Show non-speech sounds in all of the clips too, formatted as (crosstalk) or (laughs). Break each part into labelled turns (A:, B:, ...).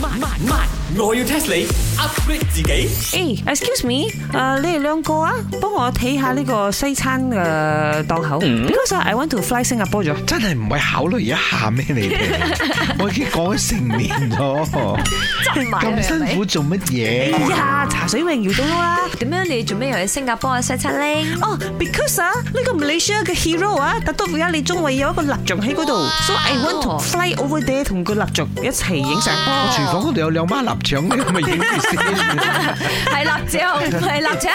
A: 慢慢慢，我要 test 你 upgrade 自己。
B: 诶、e x c u s e me，誒、你哋兩個啊，幫我睇下呢個西餐嘅檔口、b e c a u s e I want to fly Singapore 咗。
C: 真係唔會考慮一下咩？你
D: (laughs)
C: 哋，我已經講咗成年咗，咁辛苦做乜嘢？
B: 哎呀，茶水榮搖到我啦！
D: 點樣你做咩又喺新加坡嘅西餐廳？
B: 哦、b e c a u s e 啊，呢個 Malaysia 嘅 hero 啊，特督而家李宗偉有一個蠟像喺嗰度，so I want to fly over there 同個蠟像一齊影相。
C: 我廚房嗰度有兩孖臘腸，你咪影住先。
D: 係臘腸，唔係臘腸。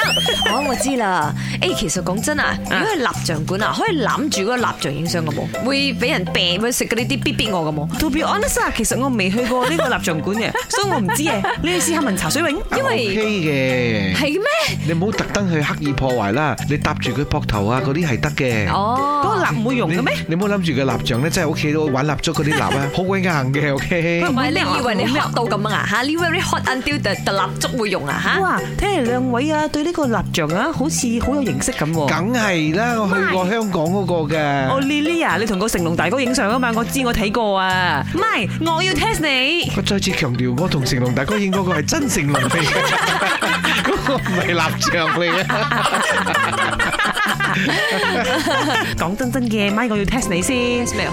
D: 哦，我知啦。誒，其實講真啊，如果係蠟像館啊，可以攬住嗰個蠟像影相嘅冇，會俾人病，會食嗰啲啲必必我嘅冇。
B: To be honest uh, 啊，其實我未去過呢個蠟像館嘅，所以我唔知嘅。你哋試下問茶水榮。
D: (laughs) 因為
C: OK 嘅，
D: 係嘅咩？
C: 你唔好特登去刻意破壞啦。你搭住佢膊頭啊，嗰啲係得嘅。
B: 嗰個
D: 哦，
B: 蠟唔會用嘅咩？
C: 你唔好諗住個蠟像咧，真係屋企都玩蠟燭嗰啲蠟啊，好鬼硬嘅。OK，
D: (laughs)
B: 佢
D: 唔係
B: 咩啊
D: 你以為你 hot 到咁啊嚇？你 very hot until the the 蠟燭會用啊嚇？
B: 哇，睇嚟兩位啊對呢個蠟像啊，好似好有形式咁喎。
C: 梗係啦，我去過香港嗰個
B: 哦
C: 嘅。
B: ，Lily 啊，你同個成龍大哥影相啊嘛，我知我睇過啊。唔係，我要 test
D: (laughs)
B: 你。
C: 我再次強調，我同成龍大哥影嗰個係真成龍嚟嘅，嗰個唔係蠟像嚟嘅。
B: 講真真嘅，咪我要 test 你先。
D: 咩啊？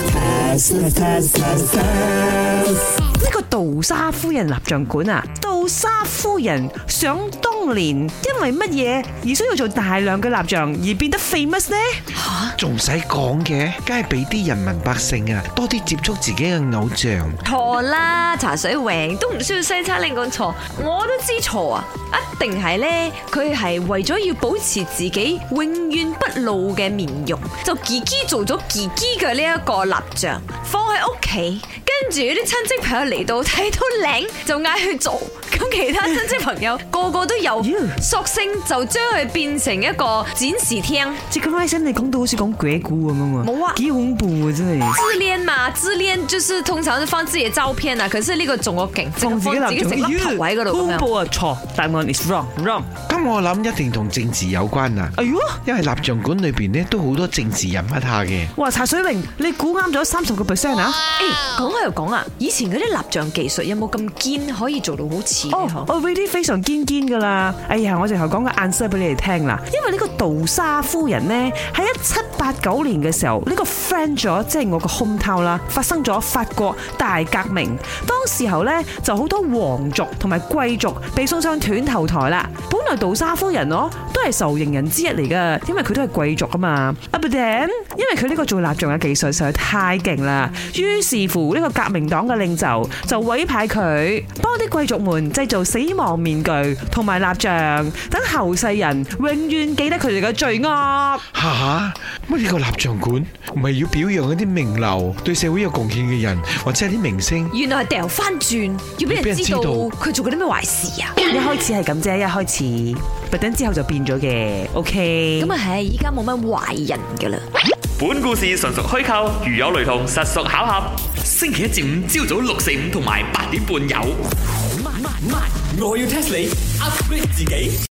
B: 呢個杜莎夫人蠟像館啊，杜莎夫人想當年因為乜嘢而需要做大量嘅蠟像而變得 famous 呢？
C: 仲使講嘅，梗係俾啲人民百姓啊多啲接觸自己嘅偶像。
D: 錯啦，茶水榮都唔需要西餐令講錯，我都知錯啊！一定係咧，佢係為咗要保持自己永遠不老嘅面容，就自己做咗自己嘅呢一個蠟像，放喺屋企，跟住啲親戚朋友嚟到睇到靚就嗌去做，咁其他親戚朋友個個都有
B: Yeah，
D: 索性就將佢變成一個展示廳。
B: 即咁 r 你講到好似講鬼故咁樣啊！
D: 冇啊
B: 幾恐怖啊真係。
D: 自戀嘛，自戀就是通常都放自己嘅照片啊，可是呢個仲我勁，
B: 放自己
D: 放
B: 蠟
D: 自己
B: 像，
D: 成粒頭喺嗰度咁
B: 恐
D: 樣。
B: 怖啊！錯，答案 is wrong wrong。
C: 咁我諗一定同政治有關啊，
B: 哎呦！
C: 因為蠟像館裏邊呢都好多政治人物下嘅。
B: 哇！茶水榮，你估啱咗三十個 percent 啊！
D: 诶，講開又講啊，以前嗰啲蠟像技術有冇咁堅，可以做到好似嘅
B: 哦
D: 嗬，
B: 我 ready 非常堅堅噶啦。哎呀，我直頭講個 answer 俾你哋聽啦。因為呢個杜莎夫人呢，喺一七八九年嘅時候，呢、個 friend 咗，即係我個 home town 啦，發生咗法國大革命。當時候呢，就好多皇族同埋貴族被送上斷頭台啦。本來杜莎夫人我都係受刑人之一嚟噶，因為佢都係貴族啊嘛。啊 b u then，因為佢呢個做蠟像嘅技術實在太勁啦，於是乎呢個革命黨嘅領袖就委派佢幫啲貴族們製造死亡面具同埋蠟像，等後世人永遠記得佢哋嘅罪惡。
C: 吓吓乜呢個蠟像館唔係要表揚一啲名流對社會有貢獻嘅人，或者係啲明星？
D: 原來係掉翻轉，要俾
C: 要俾人
D: 人知道
C: 知道
D: 佢做過啲咩壞事啊！
B: (coughs) 一開始係咁啫，一開始，b u 等之後就變咗嘅。OK，
D: 咁啊，唉，依家冇乜壞人噶啦。
A: 本故事純屬虛構，如有雷同，實屬巧合。星期一至五朝早六四五同埋八點半有。慢慢慢，我要 test 你 upgrade 自己。